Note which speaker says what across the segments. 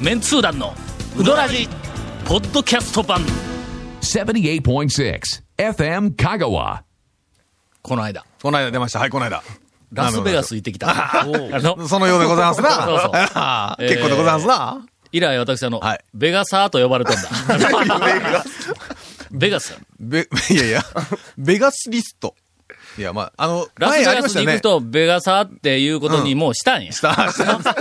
Speaker 1: メンツー団のウドラジポッドキャスト版
Speaker 2: 78.6 FM Kagawa.
Speaker 1: この間
Speaker 3: この間出ました。はい、この間。
Speaker 1: ラスベガス行ってきたあの
Speaker 3: そのようでございま す
Speaker 1: そうそう
Speaker 3: な。 結構でございますな。
Speaker 1: 以来私あの、
Speaker 3: はい
Speaker 1: ベガサーと呼ばれてんだ ベガス
Speaker 3: ベ、 いやいや、ベガスリスト。いや、まあ、あの、
Speaker 1: ラスベ
Speaker 3: 前あり
Speaker 1: ガ
Speaker 3: ま
Speaker 1: スに
Speaker 3: した
Speaker 1: 行
Speaker 3: ね
Speaker 1: く。と、ベガサーっていうことにもうしたんや、
Speaker 3: あ、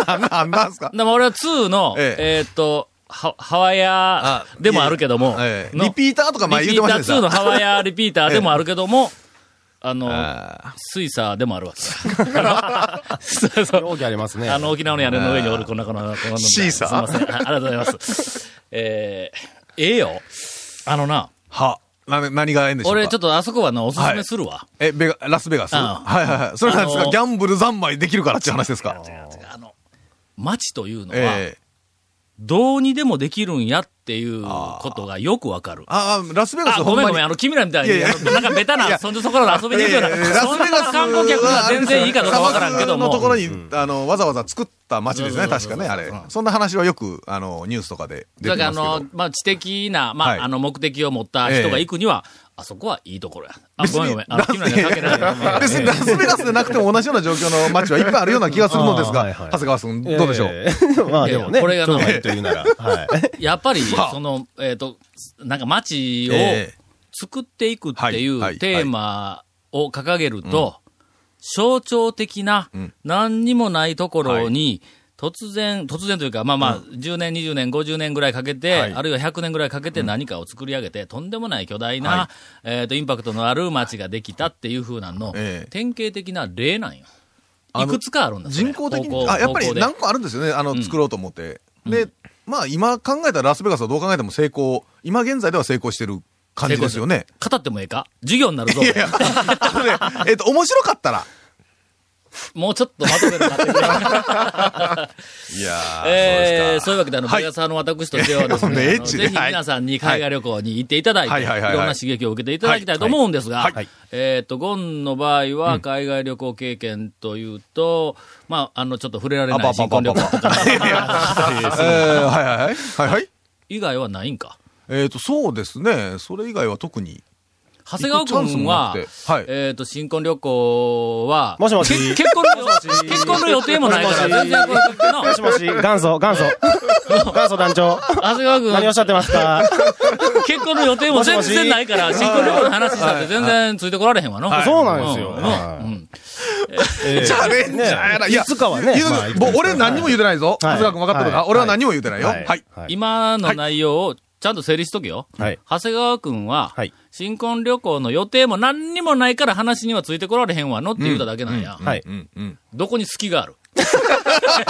Speaker 3: あなあんなんす か
Speaker 1: でも俺は2の、
Speaker 3: え
Speaker 1: えーっと、ハハワイヤーでもあるけども、
Speaker 3: ええ
Speaker 1: の
Speaker 3: リピーターとか前言ってましたね
Speaker 1: リピーター2のハワイヤーリピーターでもあるけど も、あの、
Speaker 3: あ
Speaker 1: スイサーでもある わけだ。そうそう
Speaker 4: 容器ありますね。
Speaker 1: あの、沖縄の屋根の上におるこんなこんなこんなこんな。
Speaker 3: シーサー
Speaker 1: すいません。あありがとうございます。えー、ええよ。あのな、
Speaker 3: は、な、何がええんでしょうか
Speaker 1: 俺ちょっとあそこはな、おすすめするわ。
Speaker 3: え、ベガ、ラスベガス
Speaker 1: うん
Speaker 3: はいはいはい。それは何です
Speaker 1: あの
Speaker 3: かギャンブル三昧できるからっていう話ですか
Speaker 1: あの、街というのは
Speaker 3: え、え。
Speaker 1: どうにでもできるんやっていうことがよくわかる。
Speaker 3: あ、あラスベガス
Speaker 1: あ、ご
Speaker 3: ほん
Speaker 1: めんご
Speaker 3: まに
Speaker 1: めん、あ。の、君らみたいに、
Speaker 3: いやいや
Speaker 1: あのなんかベタ
Speaker 3: い
Speaker 1: な、
Speaker 3: や
Speaker 1: そんじょそこらで遊びに行くような、
Speaker 3: いやいやラ
Speaker 1: そ
Speaker 3: ス
Speaker 1: ん
Speaker 3: ベガ
Speaker 1: な
Speaker 3: ス
Speaker 1: 観光客は全然いいかどうかわからんけど
Speaker 3: 砂漠のとこ
Speaker 1: も、
Speaker 3: ろに、あの、わざわざ作った街ですね、
Speaker 1: そうそう
Speaker 3: 確
Speaker 1: そう
Speaker 3: かね、あれ。そんな話はよく、あの、ニュースとかで出
Speaker 1: だ
Speaker 3: て
Speaker 1: からあ
Speaker 3: ますけど
Speaker 1: の。、まあ、知的な、ま
Speaker 3: はい
Speaker 1: あ、あの、目的を持った人が行くには、あそこはいいところや。あ、ごめんごめん、あの、
Speaker 3: ラス
Speaker 1: 君らには関係ないけども。
Speaker 3: 別にラスベガスでなくても同じような状況の街はいっぱいあるような気がするのです
Speaker 4: あーはい
Speaker 3: が、
Speaker 4: は
Speaker 3: 長
Speaker 4: い
Speaker 3: 谷川さん、どうでしょう、
Speaker 4: ええ まあでもね、
Speaker 1: これがな
Speaker 4: ちょっと前と言うなら、 はい。
Speaker 1: やっぱり、 その、えっ、と、なんか街を
Speaker 3: ええ
Speaker 1: 作っていくってい
Speaker 3: は
Speaker 1: う
Speaker 3: いはい
Speaker 1: テーマを掲げると、象徴的な、何にもないところに、突然、突然というか、まあまあ、10年、20年、50年ぐらいかけて、
Speaker 3: はい
Speaker 1: あるいは100年ぐらいかけて何かを作り上げて、とんでもない巨大な、えっ、と、インパクトのある街ができたっていう風なの、
Speaker 3: ええ
Speaker 1: 典型的な例なんよ。
Speaker 3: あ
Speaker 1: い
Speaker 3: の
Speaker 1: くつかあるんだそれ
Speaker 3: 人工的
Speaker 1: 方
Speaker 3: に
Speaker 1: 向
Speaker 3: あ、やっぱ
Speaker 1: 方
Speaker 3: り
Speaker 1: 向で
Speaker 3: 何個あるんですよね、あの、作ろうと思って。で、まあ今考えたらラスベガスはどう考えても成功、今現在では成功してる感じですよね。
Speaker 1: 語ってもええか授業になるぞ。
Speaker 3: いやいや、あのね、えっと、面白かっ たら。
Speaker 1: もうちょっとまとめるなって くれ。
Speaker 3: いやー
Speaker 1: えー、そういうわけで、あの、
Speaker 3: は
Speaker 1: ベ
Speaker 3: い
Speaker 1: ガサーの私としては です
Speaker 3: ね
Speaker 1: ね、あ
Speaker 3: エッ
Speaker 1: の
Speaker 3: チ
Speaker 1: ぜ
Speaker 3: で
Speaker 1: ひ
Speaker 3: はい
Speaker 1: 皆さんに海外旅行に行っていただいて、
Speaker 3: はいい
Speaker 1: ろ
Speaker 3: はい
Speaker 1: ん
Speaker 3: はいはい
Speaker 1: な刺激を受けていただきたいと思うんですが
Speaker 3: はいはい、
Speaker 1: えっと、ゴンの場合は、海外旅行経験というと、まあ、あの、ちょっと触れられない新婚旅行とか
Speaker 3: えーはいはいはい。はいはい。
Speaker 1: 以外はないんか。
Speaker 3: えっと、そうですね。それ以外は特に。
Speaker 1: 長谷川君は
Speaker 3: 行くチャンスもなくて
Speaker 1: えっと、新婚旅行は、
Speaker 4: もしもし
Speaker 1: け結婚の、結婚の予定もないから、全然これの
Speaker 4: もしもし、元祖、元 祖。元祖団長。
Speaker 1: 長谷川君、
Speaker 4: 何をおっしゃってますか
Speaker 1: 結婚の予定も全然ないから、新婚旅行の話したって全然ついてこられへんわの。
Speaker 4: そうなんですよ
Speaker 1: う
Speaker 4: はい
Speaker 1: うん
Speaker 3: チャレンジャーやな。いや、
Speaker 4: いつかはね
Speaker 3: いや
Speaker 4: まあいつか
Speaker 3: もう俺何にも言うてないぞ。
Speaker 4: は
Speaker 3: 長谷
Speaker 4: い
Speaker 3: 川君分かってるか
Speaker 4: はい
Speaker 3: 俺は何も言うてないよ。はい。
Speaker 1: 今の内容をちゃんと整理しとけよ。
Speaker 4: はい
Speaker 1: 長谷川くんは、
Speaker 4: はい
Speaker 1: 新婚旅行の予定も何にもないから話にはついてこられへんわのって言うただけなんや。
Speaker 4: はい。
Speaker 3: うんうん。
Speaker 1: どこに隙がある
Speaker 4: ね、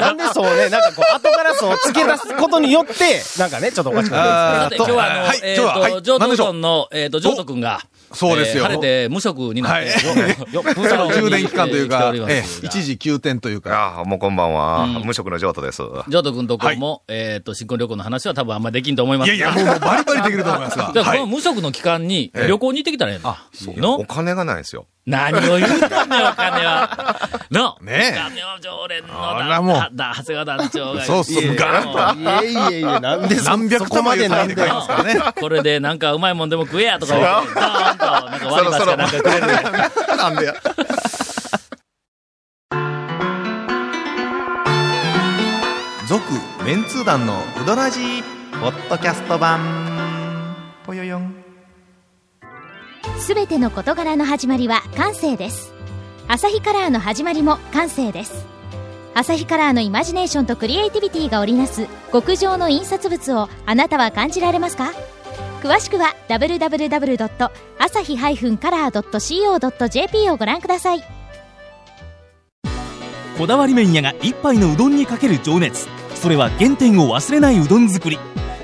Speaker 4: なんでそうね、なんかこう、後からそう付け出すことによって、なんかね、ちょっとおかしくな
Speaker 1: さ
Speaker 3: あ
Speaker 1: て、今日はあの、
Speaker 3: はい、
Speaker 1: え
Speaker 3: 今日は、
Speaker 1: っ、
Speaker 3: は
Speaker 1: と、
Speaker 3: い、
Speaker 1: ジョー
Speaker 3: 何
Speaker 1: ト
Speaker 3: でしょ
Speaker 1: ソ
Speaker 3: う。
Speaker 1: ンの、えっ、と、ジョートくんが、
Speaker 3: そうですよ
Speaker 1: えー晴れて無職になって、
Speaker 4: るんですよ。よ
Speaker 1: そう
Speaker 3: 充電期間というか、
Speaker 1: え
Speaker 3: え
Speaker 1: ー
Speaker 3: え一時休店というか。
Speaker 5: ああ、もうこんばんは。無職の譲渡です。
Speaker 1: ジョートくんとこも、えっ、と、新婚旅行の話は多分あんまできんと思いま
Speaker 3: い
Speaker 1: す
Speaker 3: や
Speaker 1: が。
Speaker 3: いや、もうもうバリバリできると思いますが。
Speaker 1: じゃあ、
Speaker 3: は
Speaker 1: この
Speaker 3: い。
Speaker 1: 無職の期間に
Speaker 3: ええ
Speaker 1: 旅行に行ってきたらええの。の
Speaker 5: お金がないんですよ。
Speaker 1: 何を言うたんだよ、お金は。の、
Speaker 3: ねえ
Speaker 1: お金は常連の
Speaker 3: あらもう
Speaker 1: だ、だ、長谷川団長が。
Speaker 3: そうそう
Speaker 1: いやいや
Speaker 3: ガーンと
Speaker 1: もう
Speaker 4: いえいえいえ、なんでそ
Speaker 3: 何百
Speaker 4: そこ
Speaker 3: 個ま
Speaker 4: ま
Speaker 3: で
Speaker 4: で
Speaker 3: な
Speaker 4: なんん
Speaker 3: で
Speaker 4: で
Speaker 3: 買い。ますからね。
Speaker 1: これでなんかうまいもんでも食えやとか言って、ドーンと、なんか割り箸かなんかくれる。
Speaker 3: なんでや。続、メンツー団のうどらじ
Speaker 5: ポッドキャスト版、ぽよよん。
Speaker 6: すべての事柄の始まりは感性ですアサヒカラーの始まりも感性ですアサヒカラーのイマジネーションとクリエイティビティが織りなす極上の印刷物をあなたは感じられますか詳しくは www.asahi-color.co.jp をご覧ください
Speaker 7: こだわり麺屋が一杯のうどんにかける情熱それは原点を忘れないうどん作り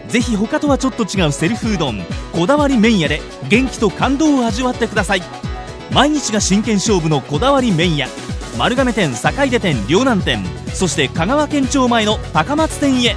Speaker 7: ぜひ他とはちょっと違うセルフうどんこだわり麺屋で元気と感動を味わってください毎日が真剣勝負のこだわり麺屋丸亀店坂出店両南店そして香川県庁前の高松店へ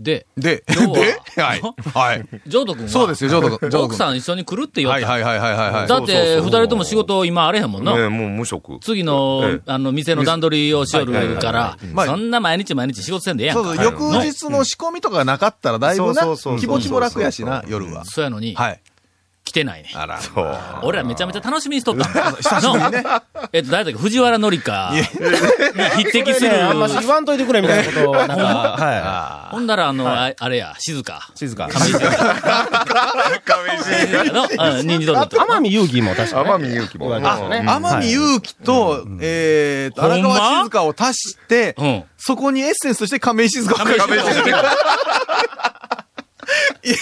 Speaker 1: で、
Speaker 3: で、
Speaker 1: 今日は
Speaker 3: で、はい。はい。
Speaker 1: ジョート君は、
Speaker 3: そうですよ、ジョート君。ジョート
Speaker 1: 奥さん一緒に来るって言わ
Speaker 3: は
Speaker 1: れ
Speaker 3: い
Speaker 1: た。
Speaker 3: はいはいはいはいはい。
Speaker 1: だって、二人とも仕事今あれへんもんな。
Speaker 8: ねもう無職。
Speaker 1: 次の、
Speaker 8: ええ
Speaker 1: あの、店の段取りをしよ
Speaker 8: はいはい
Speaker 1: る
Speaker 8: はい
Speaker 1: から、
Speaker 3: まあ
Speaker 1: そんな毎日毎日仕事せんでええやん
Speaker 3: そ
Speaker 1: か。
Speaker 3: うそう、
Speaker 8: はい
Speaker 3: 翌日の仕込みとかなかったらだいぶな、
Speaker 8: そうそうそうそう
Speaker 3: 気持ちも楽やしな、夜は。
Speaker 1: そうやのに、
Speaker 3: はい。
Speaker 1: 来てないね。
Speaker 3: あら。
Speaker 8: そう。
Speaker 1: 俺らめちゃめちゃ楽しみにしとったんだ。
Speaker 3: 久しぶりにね。
Speaker 1: えっと、誰だっけ藤原紀香。匹敵する。
Speaker 4: あんまし言わんといてくれみたいなことを、なんか、
Speaker 3: あ
Speaker 1: ほんなら、あの、ああれや、静か。
Speaker 4: 静か。
Speaker 1: の、うん人事と。
Speaker 4: 天海祐希も確か
Speaker 8: 天海祐希も。
Speaker 4: あ
Speaker 8: うん
Speaker 3: 天海祐希と、えーと、
Speaker 1: ほんま
Speaker 3: 荒川静香を足して、
Speaker 1: うん。
Speaker 3: そこにエッセンスとして亀井静香を書いてる。いや、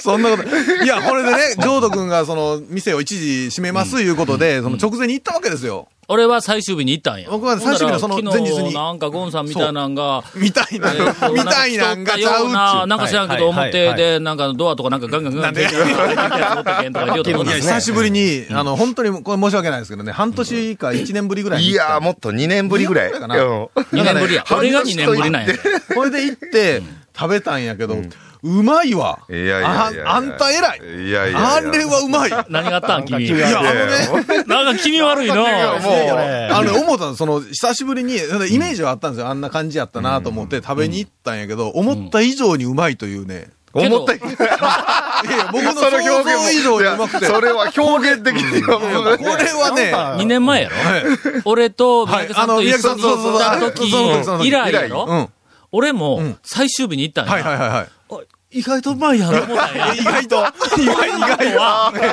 Speaker 3: そんなこと。いや、これでね、ジョード君がその、店を一時閉めますいうことで、その直前に行ったわけですよ。
Speaker 1: 俺は最終日に行ったんや。
Speaker 3: 僕は最終日のその
Speaker 1: ほんなら
Speaker 3: 前日に
Speaker 1: 昨日なんかゴンさんみたいなんが、
Speaker 3: みたいな、みたいなんがちゃうっちゅう。
Speaker 1: な。なんか知らんけど、表で、なんかドアとかなんかガンガンガンガン。
Speaker 3: いや、久しぶりに、あの、本当に、これ申し訳ないですけどね、半年か1年ぶりぐらいに
Speaker 8: い
Speaker 3: 行った。
Speaker 8: やー、もっと2年ぶりぐらい。
Speaker 3: 二年ぶりかな
Speaker 8: うん
Speaker 1: 2年ぶりや。俺が2年ぶりなんや。
Speaker 3: これで行って、食べたんやけど、うまいわ。
Speaker 8: いやいやいやいや
Speaker 3: ああんた偉い。
Speaker 8: いやいやいや
Speaker 3: あれはうまい。いや、
Speaker 1: 何があったん君。
Speaker 4: 君は
Speaker 3: あのね、
Speaker 1: なんか君悪いな。
Speaker 8: もう、
Speaker 3: あの、思ったの、その、久しぶりに、そのイメージはあったんですよ。あんな感じやったなと思って食べに行ったんやけど、思った以上にうまいというね。
Speaker 1: けど
Speaker 8: 思ったより
Speaker 3: いやいや、僕の
Speaker 8: そ
Speaker 3: 想
Speaker 8: の表
Speaker 3: 像以
Speaker 8: 現
Speaker 3: 上
Speaker 8: も。い
Speaker 3: に
Speaker 8: や
Speaker 3: うまくて。
Speaker 8: それは表現的には
Speaker 3: これはね、
Speaker 1: 2年前やろ俺と三宅さんと一緒に行った時以来や
Speaker 3: う
Speaker 1: ろ
Speaker 3: ん。
Speaker 1: 俺も最終日に行ったん
Speaker 3: はいはい
Speaker 1: や。
Speaker 3: はいはい。
Speaker 1: 意外とうまいやろ、思ったんや。
Speaker 3: 意 外と、意外、意外と。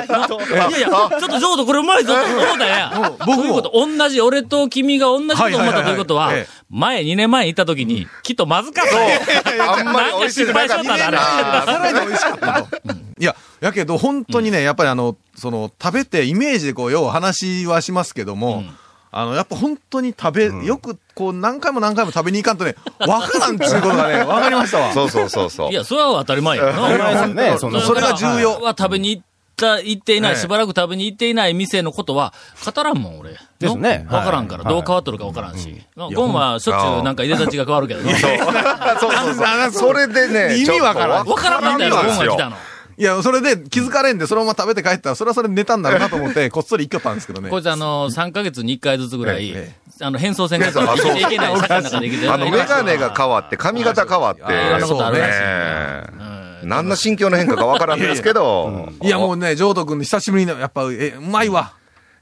Speaker 1: いやいや、ちょっと譲渡これうまいぞって思ったやん
Speaker 3: うん。僕も
Speaker 1: ということ、同じ、俺と君が同じこと思ったということは
Speaker 3: はいはいはいええ、
Speaker 1: 前、2年前に行った時に、きっとまずかったよ。
Speaker 8: あんま
Speaker 1: なん
Speaker 8: り美
Speaker 1: か
Speaker 8: 味し
Speaker 1: 失
Speaker 8: く
Speaker 1: 敗しとっ
Speaker 8: なかっ
Speaker 1: たんだ、
Speaker 8: た
Speaker 1: あれ。
Speaker 3: さらに美味しかったと。いや、やけど、本当にね、やっぱりあの、その、食べて、イメージでこう、よう話はしますけども、あの、やっぱ本当に食べ、よく、こう、何回も何回も食べに行かんとね、わからんっていうことがね、わかりましたわ。
Speaker 8: そうそうそうそう。
Speaker 1: いや、それは当たり前やな。
Speaker 4: 当たり前ですよねそんな
Speaker 3: それが重要
Speaker 1: は食べに行った、行っていな
Speaker 3: え
Speaker 1: い、
Speaker 3: え
Speaker 1: しばらく食べに行っていない店のことは、語らんもん、俺。
Speaker 4: ですね
Speaker 1: わからんから、
Speaker 4: はい
Speaker 1: どう変わっとるかわからんし。なゴンはしょっちゅうなんか入れたちが変わるけどな。
Speaker 8: そうそうそう。それでね、
Speaker 3: 意味わからん
Speaker 1: わからんかったやろ、ゴンが来た
Speaker 8: の。
Speaker 1: の。
Speaker 3: いや、それで気づかれんで、そのまま食べて帰ったら、それはそれでネタになるなと思って、こっそり行きよったんですけどね。
Speaker 1: こいつあの、3ヶ月に1回ずつぐらい
Speaker 3: ええ、
Speaker 1: あの、変装せんかった
Speaker 8: 変
Speaker 1: ら
Speaker 8: 装
Speaker 1: 生きていけない、
Speaker 8: あそ
Speaker 1: 社
Speaker 8: う
Speaker 1: 会の中で生きていけない
Speaker 8: あの、メガネが変わって、髪型変わって。
Speaker 1: いろんなことあるらしい
Speaker 8: そうね何の心境の変化かわからんですけど。
Speaker 3: いや、もうね、ジョート君の久しぶりに、やっぱ、え、うまいわ。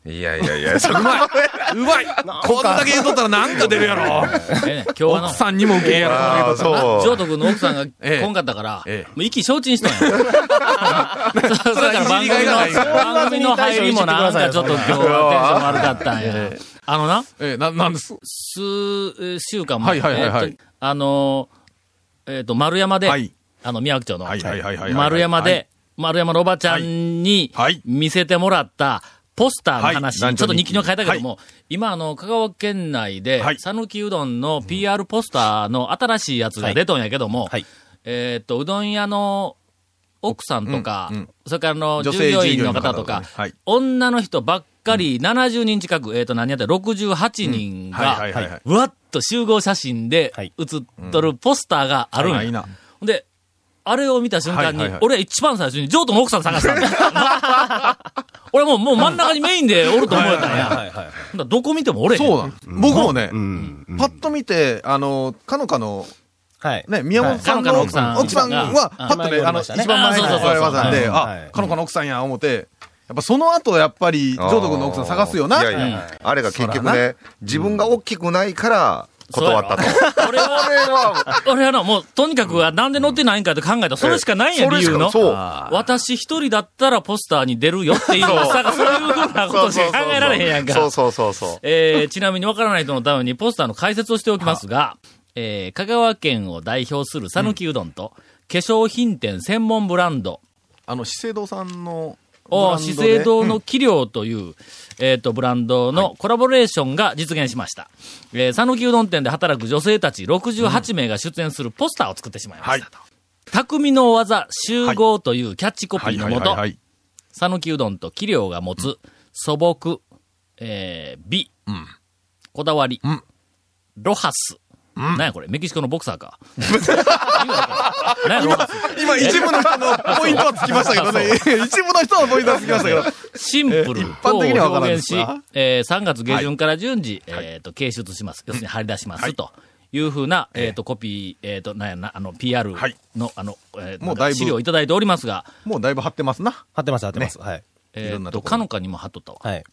Speaker 8: いやいやい や、そこ
Speaker 3: うまい。うまい。 こんだけ言うとったらなんか出るやろ。
Speaker 1: ええね今日はの
Speaker 3: 奥、さんにも受け入れやろ。
Speaker 8: あー
Speaker 1: ジョー
Speaker 8: そう。
Speaker 1: ト君の奥さんが
Speaker 3: ええ
Speaker 1: 来んかったから、
Speaker 3: ええ
Speaker 1: もう息承知にしたんや。そそれから番組
Speaker 3: いじりがいが
Speaker 1: の、
Speaker 3: ない
Speaker 1: 番組の入りもなんかちょっと今日はテンション悪かったんや。あのな、
Speaker 3: え、な、なんです。
Speaker 1: 数えー週間前、
Speaker 3: はいはいはいはい
Speaker 1: えーとあのー、えっ、と、丸山で、
Speaker 3: はい
Speaker 1: あの、宮脇町の、
Speaker 3: はいはいはいはいはい
Speaker 1: 丸山で、
Speaker 3: はい
Speaker 1: 丸山のおばちゃんに
Speaker 3: はいはい
Speaker 1: 見せてもらった、ポスターの話、
Speaker 3: はい
Speaker 1: ちょっと日記には変えたけども、今、あの、香川県内で
Speaker 3: は、い
Speaker 1: 讃岐、うどんの PR ポスターの新しいやつが出とんやけども、
Speaker 4: はい
Speaker 1: えっ、と、うどん屋の奥さんとか、
Speaker 3: うんうん
Speaker 1: それからあの、
Speaker 3: 女
Speaker 1: 従
Speaker 3: 性
Speaker 1: 業員の方と
Speaker 3: 従業員の方と
Speaker 1: か
Speaker 3: かね、はい
Speaker 1: 女の人ばっかり、70人近く、えっ、と、何やったら68人が、
Speaker 3: はいはいはいはい
Speaker 1: わっと集合写真で
Speaker 4: はい
Speaker 1: 写っとるポスターがあるんや。
Speaker 3: はいな。
Speaker 1: ほんで、あれを見た瞬間に、
Speaker 3: はいはいはい
Speaker 1: 俺は一番最初に、ジョートの奥さん探したんだ。 俺もう、もう真ん中にメインでおると思えたんや。ほんだらどこ見ても俺。
Speaker 3: そうなんです。僕もね、
Speaker 4: ん
Speaker 3: パッと見て、あの、かのかの、
Speaker 4: はい。
Speaker 3: ね、宮本さん
Speaker 1: はいか
Speaker 3: の
Speaker 1: のかの奥
Speaker 3: 奥
Speaker 1: さ
Speaker 3: さ
Speaker 1: ん
Speaker 3: ん
Speaker 1: が
Speaker 3: は、
Speaker 1: あ
Speaker 3: パッと
Speaker 4: 前
Speaker 3: ね、
Speaker 4: に
Speaker 3: あ
Speaker 4: おり
Speaker 3: の、
Speaker 4: ましたね
Speaker 3: 一番前に
Speaker 1: あそうそうそう
Speaker 3: 我々さんで、
Speaker 4: はい
Speaker 3: あ、かのかの奥さんや、思って、やっぱその後、やっぱり、ジョート君の奥さん探すよな。
Speaker 8: いやいや、あれが結局ね、自分が大きくないから
Speaker 1: そうや
Speaker 8: 断
Speaker 1: ろ
Speaker 8: ったと。
Speaker 1: 俺は、俺はな、もう、とにかく、なんで乗ってないんかって考えたら、それしかないんや、
Speaker 8: それ
Speaker 1: 理
Speaker 8: しか
Speaker 1: 由の。
Speaker 8: そう。
Speaker 1: 私一人だったらポスターに出るよっていう、まさかそういうふうなことしか考えられへんやんか。
Speaker 8: そうそうそうそう。
Speaker 1: えーちなみにわからない人のためにポスターの解説をしておきますが、えー香川県を代表する讃岐うどんと、化粧品店専門ブランド、
Speaker 3: あの、資生堂さんの、
Speaker 1: お資生堂の器量という、えっ、と、ブランドのコラボレーションが実現しました。えー、讃岐うどん店で働く女性たち68名が出演するポスターを作ってしまいましたと。匠の技集合というキャッチコピーのもと、
Speaker 3: い。
Speaker 1: 讃岐うどんと器量が持つ素朴、えー美、こだわり、ロハス、なんやこれメキシコのボクサー か。意味わからん何やこれ
Speaker 3: 今、一部の人のポイントはつきましたけどね。 一部の人のポイントはつきましたけど。
Speaker 1: シンプル
Speaker 3: え一
Speaker 1: と
Speaker 3: 般的にはわか
Speaker 1: 表
Speaker 3: らんで
Speaker 1: 現し
Speaker 3: すか、
Speaker 1: えー3月下旬から順次、えっ、と、掲出します。要するに張り出します、と。いうふうな、えっ、と、コピー、えっ、と、なんやな、あの、PR の、
Speaker 3: はい
Speaker 1: あの、えー
Speaker 3: もうだいぶ
Speaker 1: 資料をいただいておりますが、
Speaker 3: もうだいぶ張ってますな。
Speaker 4: 貼ってます、貼ってます。はい。
Speaker 1: え
Speaker 3: いろ
Speaker 1: っ、
Speaker 3: んな
Speaker 1: と、
Speaker 3: とこ
Speaker 1: かのかにも貼っとったわ。
Speaker 4: はい。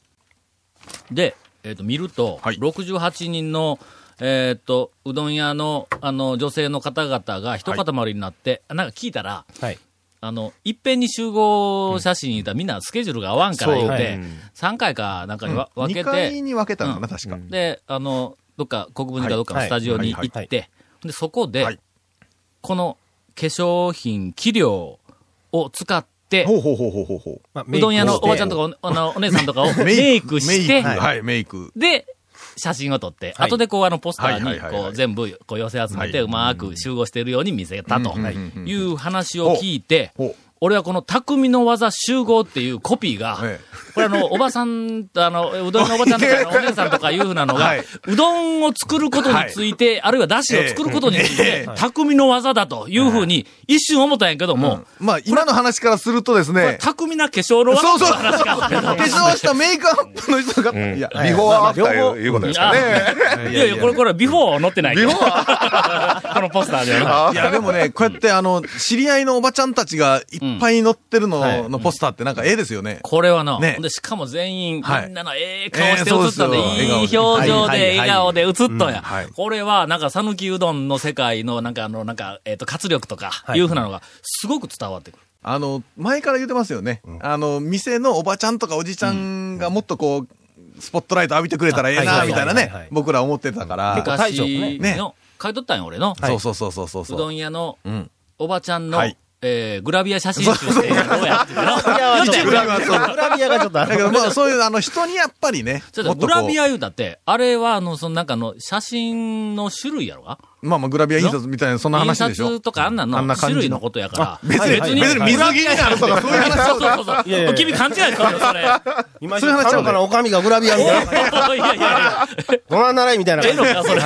Speaker 1: で、えっ、と、見ると、
Speaker 3: はい
Speaker 1: 68人の、えっ、と、うどん屋の、あの、女性の方々が一塊になって、なんか聞いたら、
Speaker 4: はい。
Speaker 1: あの、いっぺんに集合写真いたらみんなスケジュールが合わんから言うて、3回かなんかにわ分け
Speaker 3: 2
Speaker 1: て、
Speaker 3: 回に分けたのかな、確か。
Speaker 1: で、あの、どっか、国分寺かどっかの
Speaker 4: は
Speaker 1: ス
Speaker 4: い
Speaker 1: タジオに
Speaker 3: はい
Speaker 1: 行って、で、そこで、
Speaker 3: はい
Speaker 1: この化粧品、器量を使って、
Speaker 3: ほうほうほうほうほうほ
Speaker 4: まあ
Speaker 1: うどん屋のおばちゃん
Speaker 4: と
Speaker 1: とかおあのお姉さんとかを
Speaker 3: う。
Speaker 1: メイクして、
Speaker 3: メイクはい、メイク。
Speaker 1: で、写真を撮って、
Speaker 4: はい
Speaker 1: 後でこう、あの、ポスター
Speaker 3: はいは
Speaker 1: に、
Speaker 3: いはいはい
Speaker 1: こう、全部、こう、寄せ集め
Speaker 3: はい
Speaker 1: て、うまく集合しているように見せたと、
Speaker 3: うんうんうんうん
Speaker 1: いう話を聞いて
Speaker 3: ほうほう、
Speaker 1: 俺はこの匠の技集合っていうコピーが
Speaker 3: え、
Speaker 1: これあの、おばさん、あの、うどんのおばちゃんとか、あのお姉さんとかいうふうなのが
Speaker 3: はいう
Speaker 1: どんを作ることについて、あるいはだしを作ることについて、匠の技だというふうに、一瞬思ったんやけども、
Speaker 3: まあ、今の話からするとです
Speaker 1: これ
Speaker 3: ね、
Speaker 1: 巧みな化粧の技
Speaker 3: そう
Speaker 1: の
Speaker 3: そう
Speaker 1: 話 か。
Speaker 3: 化粧したメイクアップの人が、いや、
Speaker 8: ビフォーアフターい うことですかね。
Speaker 1: あいやいや、これ、これ、ビフォー載ってないけど。
Speaker 8: ビフォ
Speaker 1: このポスターではな。
Speaker 3: いや、でもね、こうやって、あの、知り合いのおばちゃんたちがいっぱい乗ってるの、のポスターってなんか絵ですよね。
Speaker 1: これはな、
Speaker 3: ね
Speaker 1: ほんで、しかも全員、
Speaker 3: はい
Speaker 1: みんなのええ顔して映ったんで、
Speaker 3: ええそうですよ
Speaker 1: いい表情
Speaker 4: はいはい
Speaker 1: で、
Speaker 4: はい
Speaker 1: 笑顔で映ったんや。
Speaker 3: はい
Speaker 1: これは、なんか、讃岐うどんの世界の、なんか、あの、なんか、えっ、と、活力とか、、
Speaker 4: はいいう
Speaker 1: ふうなのが、すごく伝わってくる。
Speaker 3: あの、前から言ってますよね。あの、店のおばちゃんとかおじちゃんがもっとこう、スポットライト浴びてくれたらええ
Speaker 4: あは
Speaker 3: な、
Speaker 4: い
Speaker 3: みたいな
Speaker 4: はいはいは
Speaker 3: ね
Speaker 4: い、
Speaker 3: 僕ら思ってたから。
Speaker 4: 大将もね
Speaker 1: 昔
Speaker 3: ね
Speaker 1: の、買い取ったんよ、俺の。
Speaker 3: そうそうそうそうそう
Speaker 1: う
Speaker 3: そ
Speaker 1: ど
Speaker 3: う。
Speaker 1: ん屋の、
Speaker 3: うん。
Speaker 1: おばちゃんの、
Speaker 3: はい
Speaker 1: えーグラビア写真集って、どうや っていうの言ったやん
Speaker 3: グラビアはそう
Speaker 4: グラビアがちょっとあ
Speaker 3: だ
Speaker 4: る
Speaker 3: けどまあ、そういう、あの、人にやっぱりね、
Speaker 1: ちょっ
Speaker 3: も
Speaker 1: と
Speaker 3: っと
Speaker 1: グ
Speaker 3: こ
Speaker 1: ラビ
Speaker 3: う、
Speaker 1: ア言うたって、あれは、あの、そのなんかの写真の種類やろか
Speaker 3: まあまあ、グラビア印刷みたいな、そんな
Speaker 1: 印
Speaker 3: 話でしょ
Speaker 1: 刷。とかあんなん
Speaker 3: あ
Speaker 1: の
Speaker 3: んな
Speaker 1: 種
Speaker 3: 感じの
Speaker 1: 類のことやから。
Speaker 3: 別に、別に水着になるとか、そういう話
Speaker 1: そうそうそう。
Speaker 4: いやいやいや
Speaker 1: 君勘違いするよ、 それ。い
Speaker 4: 今
Speaker 3: そういう話ちゃうから
Speaker 4: おかみがグラビアみたいな。
Speaker 1: やいやいや。
Speaker 4: ご覧ならいみたいな
Speaker 1: ええのか、それ。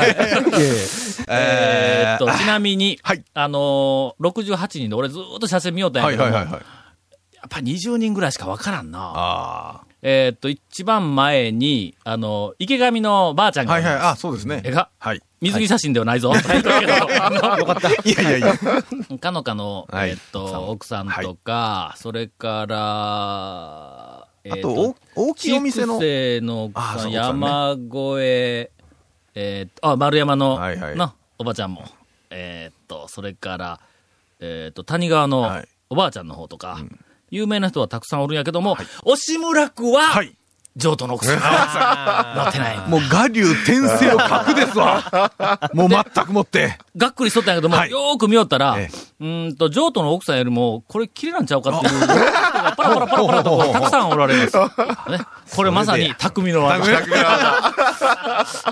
Speaker 1: えーっと、
Speaker 3: えー
Speaker 1: ちなみに
Speaker 3: はい、
Speaker 1: あのー、68人で俺ずーっと写真見ようたんや
Speaker 3: は
Speaker 1: け
Speaker 3: い
Speaker 1: ど
Speaker 3: は
Speaker 1: も、
Speaker 3: い
Speaker 1: や
Speaker 3: は
Speaker 1: っ
Speaker 3: いはい。
Speaker 1: ぱ20人ぐらいしかわからんな。
Speaker 3: あ
Speaker 1: えーっと、一番前に、あの、池上のばあちゃん
Speaker 3: あ。
Speaker 1: が、
Speaker 3: はいはい、あ、そうですね。
Speaker 1: えが
Speaker 3: はい。
Speaker 1: 水着写真ではないぞ。 と言ってるけどあの
Speaker 3: いやいやいや。
Speaker 1: かのかの、
Speaker 3: はい
Speaker 1: えっと、奥さんとか、それから、え
Speaker 3: あ
Speaker 1: っ
Speaker 3: と、お大きいお店の
Speaker 1: 筑。西の奥
Speaker 3: あ
Speaker 1: さ
Speaker 3: そ
Speaker 1: ん、
Speaker 3: う
Speaker 1: 山越え、えっと、あ、丸山の、
Speaker 3: はいはい
Speaker 1: のおばちゃんも、えっと、それから、えっと、谷川の
Speaker 3: はい
Speaker 1: おばあちゃんの方とか、有名な人はたくさんおるんやけども、押村区は、
Speaker 3: はい。
Speaker 1: 上都の 奥さんが、なってない。
Speaker 3: もう、我流転生を格で すわ。もう全くもって。
Speaker 1: がっくりしとったんやけども、
Speaker 3: はい
Speaker 1: よーく見よったら、
Speaker 3: え
Speaker 1: うーんと、譲渡の奥さんよりも、これ綺麗なんちゃうかっていう、人がパラパラパラパラとこうたくさんおられます。ね、これまさに匠の技。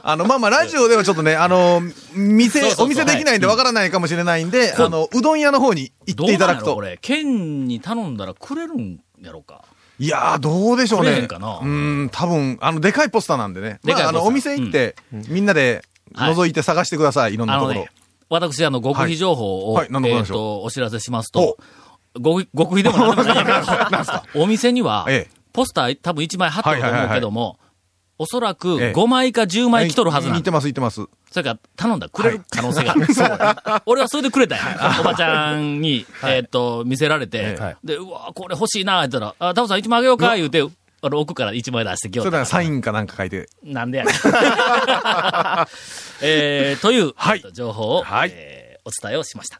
Speaker 3: あの、まあまあ、ラジオではちょっとね、あの、店
Speaker 1: そうそう、そう
Speaker 3: お店できないんでわからないかもしれないんで、あの、うどん屋の方に行
Speaker 1: どう
Speaker 3: っていた
Speaker 1: な
Speaker 3: だ
Speaker 1: んや
Speaker 3: く。
Speaker 1: ろことれ、県に頼んだらくれるんやろうか。
Speaker 3: いやー、どうでしょう
Speaker 1: くれへん
Speaker 3: ね。
Speaker 1: かな
Speaker 3: うん、多分、あの、でかいポスターなんでね。
Speaker 1: で
Speaker 3: ま
Speaker 1: かい
Speaker 3: あ、あ
Speaker 1: ポ
Speaker 3: の、
Speaker 1: スター
Speaker 3: お店行って、みんなで覗いて探してください、いろんな
Speaker 1: あ
Speaker 3: と
Speaker 1: の
Speaker 3: ころ
Speaker 1: ね。、私、あの、極秘情報を、
Speaker 3: はいはい何のこと
Speaker 1: え
Speaker 3: なん
Speaker 1: っ
Speaker 3: でしょう
Speaker 1: と、お知らせしますと、極秘極秘でも何でもないんやけど、お店には
Speaker 3: ええ、
Speaker 1: ポスター多分1枚貼ってると思うけども、おそらく
Speaker 3: ええ
Speaker 1: 5枚か10枚来とるはずなん
Speaker 3: 行
Speaker 1: だ
Speaker 3: ってます、行ってます。
Speaker 1: それから頼んだらくれる可能性がある。俺はそれでくれたんや。おばちゃんに、えーっと、見せられて、
Speaker 4: はい
Speaker 1: で、うわこれ欲しいな、言ったら、あ、タオさん1枚あげようか、言うて、あの、奥から1枚出してきよ
Speaker 3: そ
Speaker 1: っ
Speaker 3: れ
Speaker 1: た
Speaker 3: ならサインかなんか書いて。
Speaker 1: なんでやねん。 えー、という、
Speaker 3: はい
Speaker 1: えーと情報を、
Speaker 3: はい
Speaker 1: えーお伝えをしました。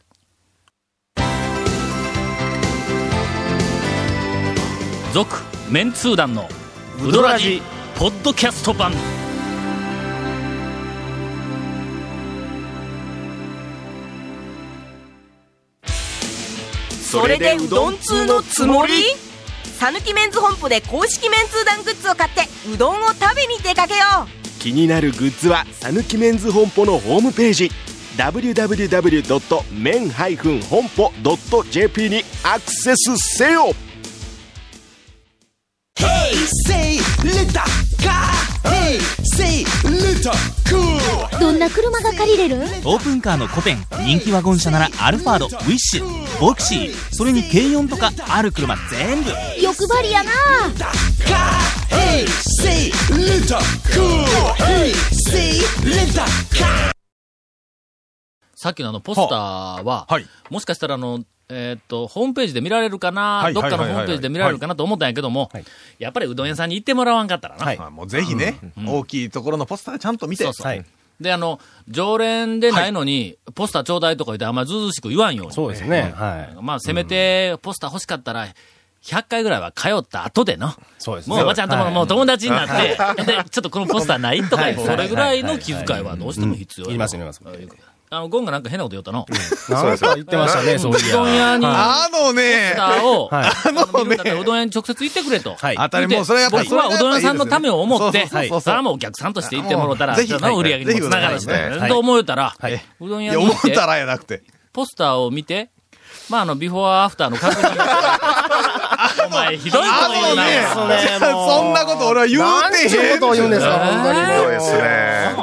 Speaker 1: 続、メンツー団の、ウドラジ、ポッドキャスト版。
Speaker 9: それでうどん通のつもりさぬきメンズ本舗で公式メンツー団グッズを買ってうどんを食べに出かけよ
Speaker 10: 気になるグッズはさぬきメンズ本舗のホームページ www.men-honpo.jp にアクセスせよ
Speaker 9: う
Speaker 11: Hey, say, little car. Hey, say, little cool.
Speaker 6: どんな車が借りれる
Speaker 7: オープンカーの古典人気ワゴン車ならアルファードウィッシュボクシーそれに軽4とかある車全部
Speaker 6: 欲張りやな
Speaker 11: Hey, say, little cool. Hey, say, little car.
Speaker 1: さっきのあのポスターは、もしかしたらあの、えーっと、ホームページで見られるかな、
Speaker 3: はい
Speaker 1: どっかのホ
Speaker 3: はい
Speaker 1: ー
Speaker 3: はいは
Speaker 1: ムペ
Speaker 3: い
Speaker 1: ージで見られるかなと思ったんやけども、やっぱりうどん屋さんに行ってもらわんかったらな。
Speaker 3: まあもうぜひね、大きいところのポスターちゃんと見て。
Speaker 1: そうそうで、あの、常連でないのに、ポスターちょうだいとか言ってあんまりずうずうしく言わんように。そうです
Speaker 4: ねは
Speaker 1: まあ、せめて、ポスター欲しかったら、100回ぐらいは通った後での。
Speaker 4: そうですね
Speaker 1: もうおばちゃんとも、
Speaker 4: はい
Speaker 1: もう友達になって、 で、ちょっとこのポスターないとか、
Speaker 4: はい
Speaker 1: それぐらいの気遣いはどうしても必要や
Speaker 4: いり
Speaker 1: な
Speaker 4: ます、いります。
Speaker 1: あの、ゴンがなんか変なこと言ったの。
Speaker 4: なんか言ってましたね、そうい
Speaker 1: う
Speaker 4: や。
Speaker 1: どん屋に、
Speaker 3: あのね
Speaker 1: ポスター を、
Speaker 4: はい
Speaker 1: あのね、うどん屋に直接行ってくれと。
Speaker 4: はい
Speaker 3: 当たりもうそれはやっぱり
Speaker 1: 僕はうどん屋さんのためを思って、
Speaker 3: そうそうそうそう
Speaker 1: それはもうお客さんとして行ってもらったら、
Speaker 3: あもうぜひ
Speaker 1: その売り上げにもつながるし
Speaker 3: はい
Speaker 1: ね。と思えたら、
Speaker 4: いう
Speaker 1: どん
Speaker 3: い
Speaker 1: 屋
Speaker 3: や、
Speaker 1: に
Speaker 3: 思
Speaker 1: 行
Speaker 3: っ
Speaker 1: って
Speaker 3: たらやなくて。
Speaker 1: ポスターを見て、まあ、あの、ビフォーアフターの確認。お前、ひどいこと言うな。
Speaker 3: あの
Speaker 1: そう
Speaker 3: ね、 そんなこと俺は言うてへん。
Speaker 4: ことを言うんですか、本当に。
Speaker 8: そうですね。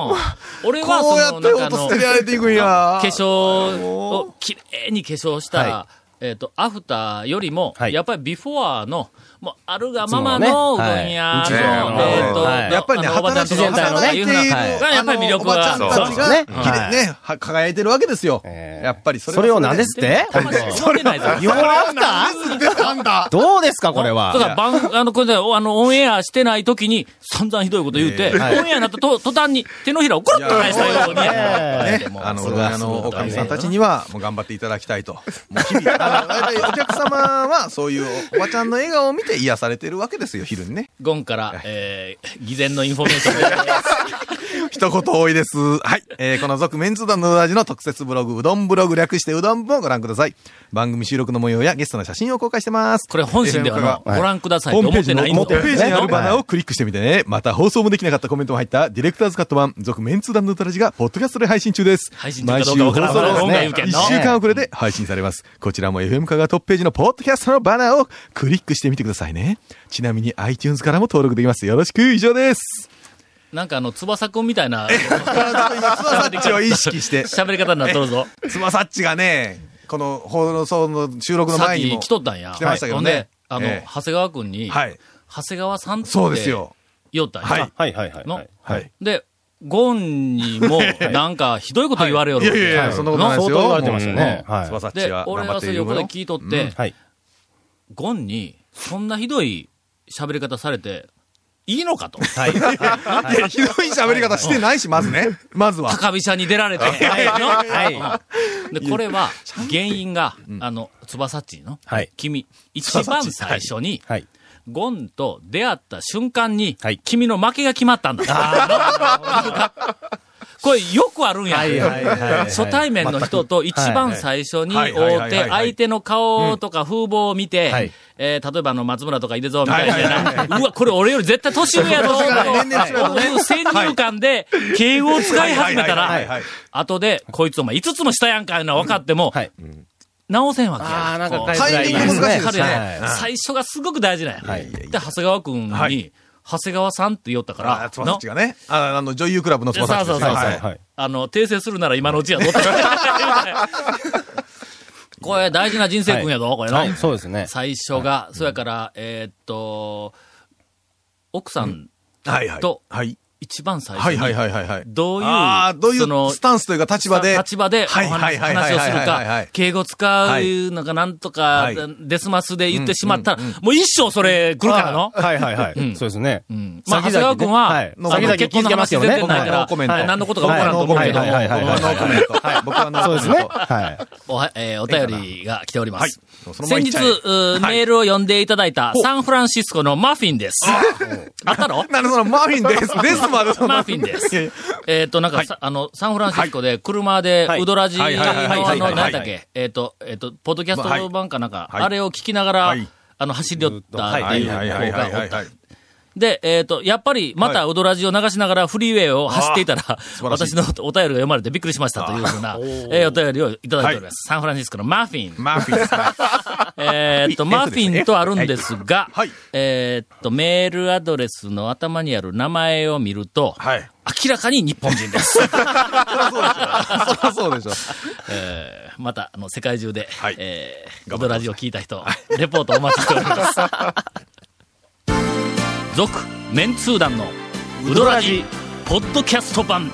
Speaker 1: 俺は、
Speaker 3: こうや
Speaker 1: その、
Speaker 3: って
Speaker 1: なんかあ
Speaker 3: 落と
Speaker 1: の、
Speaker 3: 捨て
Speaker 1: 化
Speaker 3: られていくんや。
Speaker 1: 粧を、綺麗に化粧したら
Speaker 4: は、
Speaker 1: えっと、アフターよりも、
Speaker 4: はい
Speaker 1: やっぱりビフォーの、もう、あるがままのうどん屋の、
Speaker 4: そうねはい
Speaker 1: えっと、
Speaker 4: はい
Speaker 3: やっぱりね、
Speaker 1: あのおばちゃん
Speaker 3: 働
Speaker 1: と
Speaker 3: き
Speaker 1: かおばちゃんとかいうふうな、
Speaker 4: はい
Speaker 1: がやっぱり魅力
Speaker 3: おばちゃ
Speaker 1: が
Speaker 3: ん。たちが、
Speaker 4: そう
Speaker 3: ね
Speaker 4: ですね
Speaker 3: ね、は輝いてるわけですよ。
Speaker 4: えー
Speaker 3: やっぱりそれ
Speaker 4: それを何ですって
Speaker 1: 全然魂持ってないぞ。
Speaker 4: よアフタ
Speaker 3: なんだ
Speaker 4: ーどうですか、これは
Speaker 1: だ。から、番、あの、これねおあの、オンエアしてない時に、散々ひどいこと言うて、
Speaker 3: ええ
Speaker 4: はい
Speaker 1: オンエアになったと、途端に手のひらをコロッと返したように。
Speaker 4: いや
Speaker 1: ね
Speaker 3: ね、
Speaker 1: もう
Speaker 3: あの、
Speaker 1: それ
Speaker 3: うどん
Speaker 1: は
Speaker 3: 屋
Speaker 1: すご
Speaker 3: の
Speaker 1: く
Speaker 3: おかみさんたち
Speaker 1: 大
Speaker 3: には、もう頑張っていただきたいと。もう日々、あの、やっぱりお客様は、そういうおばちゃんの笑顔を見て癒されてるわけですよ、昼にね。
Speaker 1: 変ゴンから、えー、偽善のインフォメーションで。
Speaker 3: 一言多いです。はい。えーこの続メンツ団のうどじの特設ブログ、うどんブログ略してうどん部をご覧ください。番組収録の模様やゲストの写真を公開してます。
Speaker 1: これ本心ではな、
Speaker 3: FM
Speaker 1: ご覧ください
Speaker 3: ホ
Speaker 1: と
Speaker 3: ームペ
Speaker 1: 思
Speaker 3: ー
Speaker 1: っ
Speaker 3: ジ
Speaker 1: て
Speaker 3: の、
Speaker 1: ないん
Speaker 3: ホ
Speaker 1: だ
Speaker 3: ームページにあるバナーをクリックしてみてね。また放送もできなかったコメントも入った、ディレクターズカット版、続メンツ団のうたらじが、ポッドキャストで配信中です。
Speaker 1: 配信中か
Speaker 3: 毎
Speaker 1: ど
Speaker 3: 週
Speaker 1: うかわ
Speaker 3: 放
Speaker 1: か
Speaker 3: 送
Speaker 1: らん
Speaker 3: の
Speaker 1: そうですね
Speaker 3: 1週間遅れで配信されます。こちらも FM カがトップページのポッドキャストのバナーをクリックしてみてくださいね。ちなみに iTunes からも登録できます。よろしく、以上です。
Speaker 1: なんかあの、翼くんみたい な、
Speaker 3: 翼っちを意識 して。
Speaker 1: 喋り方になっとるぞ。
Speaker 3: つまさっちがね、この放送の収録の
Speaker 1: さっ
Speaker 3: 前に
Speaker 1: き
Speaker 3: も。
Speaker 1: 来とったんや。
Speaker 3: 来てましたけど
Speaker 1: ほん
Speaker 3: ね
Speaker 1: であの、
Speaker 3: ええ
Speaker 1: 長谷川くんに、
Speaker 3: はい。
Speaker 1: 長谷川さんって
Speaker 3: そうですよ。
Speaker 1: 言おったんや。
Speaker 3: はい
Speaker 4: はいはいはい。
Speaker 1: の
Speaker 3: はい。
Speaker 1: で、ゴンにも、なんか、ひどいこと言われよ
Speaker 3: い
Speaker 1: る
Speaker 3: やいやいや、そんなことないですよ。
Speaker 4: 相当言われてましたね
Speaker 3: うん
Speaker 4: はい
Speaker 3: つまさっち
Speaker 1: で
Speaker 3: は、
Speaker 1: 俺
Speaker 3: 頑張
Speaker 1: は
Speaker 3: っ
Speaker 1: それ
Speaker 3: ている
Speaker 1: 横
Speaker 3: も
Speaker 1: で
Speaker 3: の。
Speaker 1: 聞いとって、
Speaker 4: はい。
Speaker 1: ゴンに、そんなひどい喋り方されて、いいのかと。
Speaker 4: はい。
Speaker 3: いやひどい喋り方してないし、まずね。まずは。
Speaker 1: 高飛車に出られ て。
Speaker 4: はい
Speaker 1: うんで、これは、原因が、あの、翼っちの、
Speaker 4: はい
Speaker 1: 君、一番最初に、
Speaker 4: はい。
Speaker 1: ゴンと出会った瞬間に、
Speaker 4: はい
Speaker 1: 君の負けが決まったんだ。 これよくあるんや。
Speaker 4: はいはいはいはい
Speaker 1: 初対面の人と一番最初に
Speaker 3: はいは
Speaker 1: 会
Speaker 3: いは
Speaker 1: う
Speaker 3: い
Speaker 1: て、相手の顔とか風貌を見て、
Speaker 4: はい
Speaker 1: えー例えばあの松村とか井出蔵みたい
Speaker 3: はいはい
Speaker 1: な、うわ、これ俺より絶対年上やぞ、
Speaker 3: 年上だ年々違う
Speaker 1: こういう先入観で敬語を使い始めた
Speaker 3: はいはいはいは
Speaker 1: ら
Speaker 3: い、
Speaker 1: 後で、こいつお前5つも下やんかいうのは分かっても、
Speaker 4: はい。
Speaker 1: 直せんわけや。
Speaker 4: ああ、なんか
Speaker 3: タイミング難しいです
Speaker 1: 彼ら、
Speaker 3: ね
Speaker 4: はい
Speaker 1: 最初がすごく大事なんや。
Speaker 4: はい
Speaker 1: で、長谷川くんに、
Speaker 3: はい
Speaker 1: 長谷川さんって言おったか
Speaker 3: あ
Speaker 1: ら、
Speaker 3: つまさっちがね。ああの、女優クラブのつ
Speaker 1: そう
Speaker 3: まさ
Speaker 1: そ
Speaker 3: っ
Speaker 1: う
Speaker 3: ちで
Speaker 1: そ
Speaker 3: す
Speaker 1: うそう、
Speaker 3: ね。はい
Speaker 4: はい
Speaker 1: あの、訂正するなら今のうちやぞって。 これ大事な人生君やぞ、これの。
Speaker 4: はい、そうですね。
Speaker 1: 最初が、そやから、えーっと、奥さん
Speaker 3: はいはい。
Speaker 1: と
Speaker 3: はい。
Speaker 1: 一番最
Speaker 3: はい
Speaker 1: 初
Speaker 3: はい
Speaker 1: に、
Speaker 3: はいはいはい。
Speaker 1: どういう、
Speaker 3: ああ、どういう
Speaker 1: その
Speaker 3: スタンスというか立場で。
Speaker 1: 立場でお
Speaker 3: はいはい
Speaker 1: 話
Speaker 3: はいは
Speaker 1: 話
Speaker 3: い
Speaker 1: をする
Speaker 3: はいはいは
Speaker 1: か
Speaker 3: い、
Speaker 1: 敬語使うのかなんとか
Speaker 3: はい、
Speaker 1: デスマスで言ってしまったら、もう一生それ来るからの。
Speaker 4: はいはいは
Speaker 1: うん
Speaker 4: い。そうですね。
Speaker 1: うんまあ、長谷
Speaker 4: 先
Speaker 1: 川
Speaker 4: 々ね
Speaker 1: 君は、
Speaker 4: はい
Speaker 1: あの結婚の話全然ないか
Speaker 3: ノ
Speaker 1: ら
Speaker 3: ーコメント、
Speaker 1: 何のことか分からんと思うけども、
Speaker 4: はいはいはい
Speaker 3: 僕はノーコメント。 はい、僕はノーコ
Speaker 4: そう
Speaker 3: メン
Speaker 4: で
Speaker 3: ト。
Speaker 4: すね。はい。
Speaker 1: おはえーお便りが来ております。
Speaker 3: はいそのまま
Speaker 1: 先日、
Speaker 3: 行っちゃえ
Speaker 1: うーメールを読んでいただいたサンフランシスコのマフィンです。あったろ
Speaker 3: なんでそのマフィンです。ですまでその。
Speaker 1: マフィンです
Speaker 3: いやいや。
Speaker 1: えっと、なんかさ、あの、サンフランシスコで車で
Speaker 4: は、い
Speaker 1: ウドラジの、あ
Speaker 3: はいはいはいはい
Speaker 1: の、
Speaker 3: はい
Speaker 1: なんだっけ、えっと、えっと、ポッドキャスト版かなんか、
Speaker 3: はい
Speaker 1: あれを聞きながら
Speaker 3: はい、
Speaker 1: あの、走り寄ったって
Speaker 4: はい
Speaker 1: いう子
Speaker 3: はいはいはい
Speaker 1: がお
Speaker 3: は
Speaker 1: っ
Speaker 3: い
Speaker 1: た
Speaker 3: はい。
Speaker 1: で、えっ、と、やっぱり、また、ウドラジを流しながら、フリーウェイを走っていたら、私のお便りが読まれてびっくりしましたというふうな、えーお便りをいただいております。サンフランシスコのマフィン。
Speaker 3: マフィンですね。
Speaker 1: えーっと、マフィンとあるんですが、
Speaker 3: はい
Speaker 1: えーっと、メールアドレスの頭にある名前を見ると、明らかに日本人 です。
Speaker 3: そうでしょ。
Speaker 1: えーまた、あの、世界中で、えー、ドラジオ聞いた人、レポートお待ちしております。 続、メンツー団の、ウドラジ、ポッドキャスト版。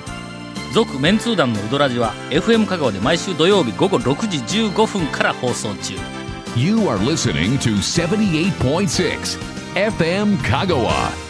Speaker 1: 続、メンツー団のウドラジは、FM 香川で毎週土曜日午後6時15分から放送中。
Speaker 2: You are listening to 78.6 FM Kagawa.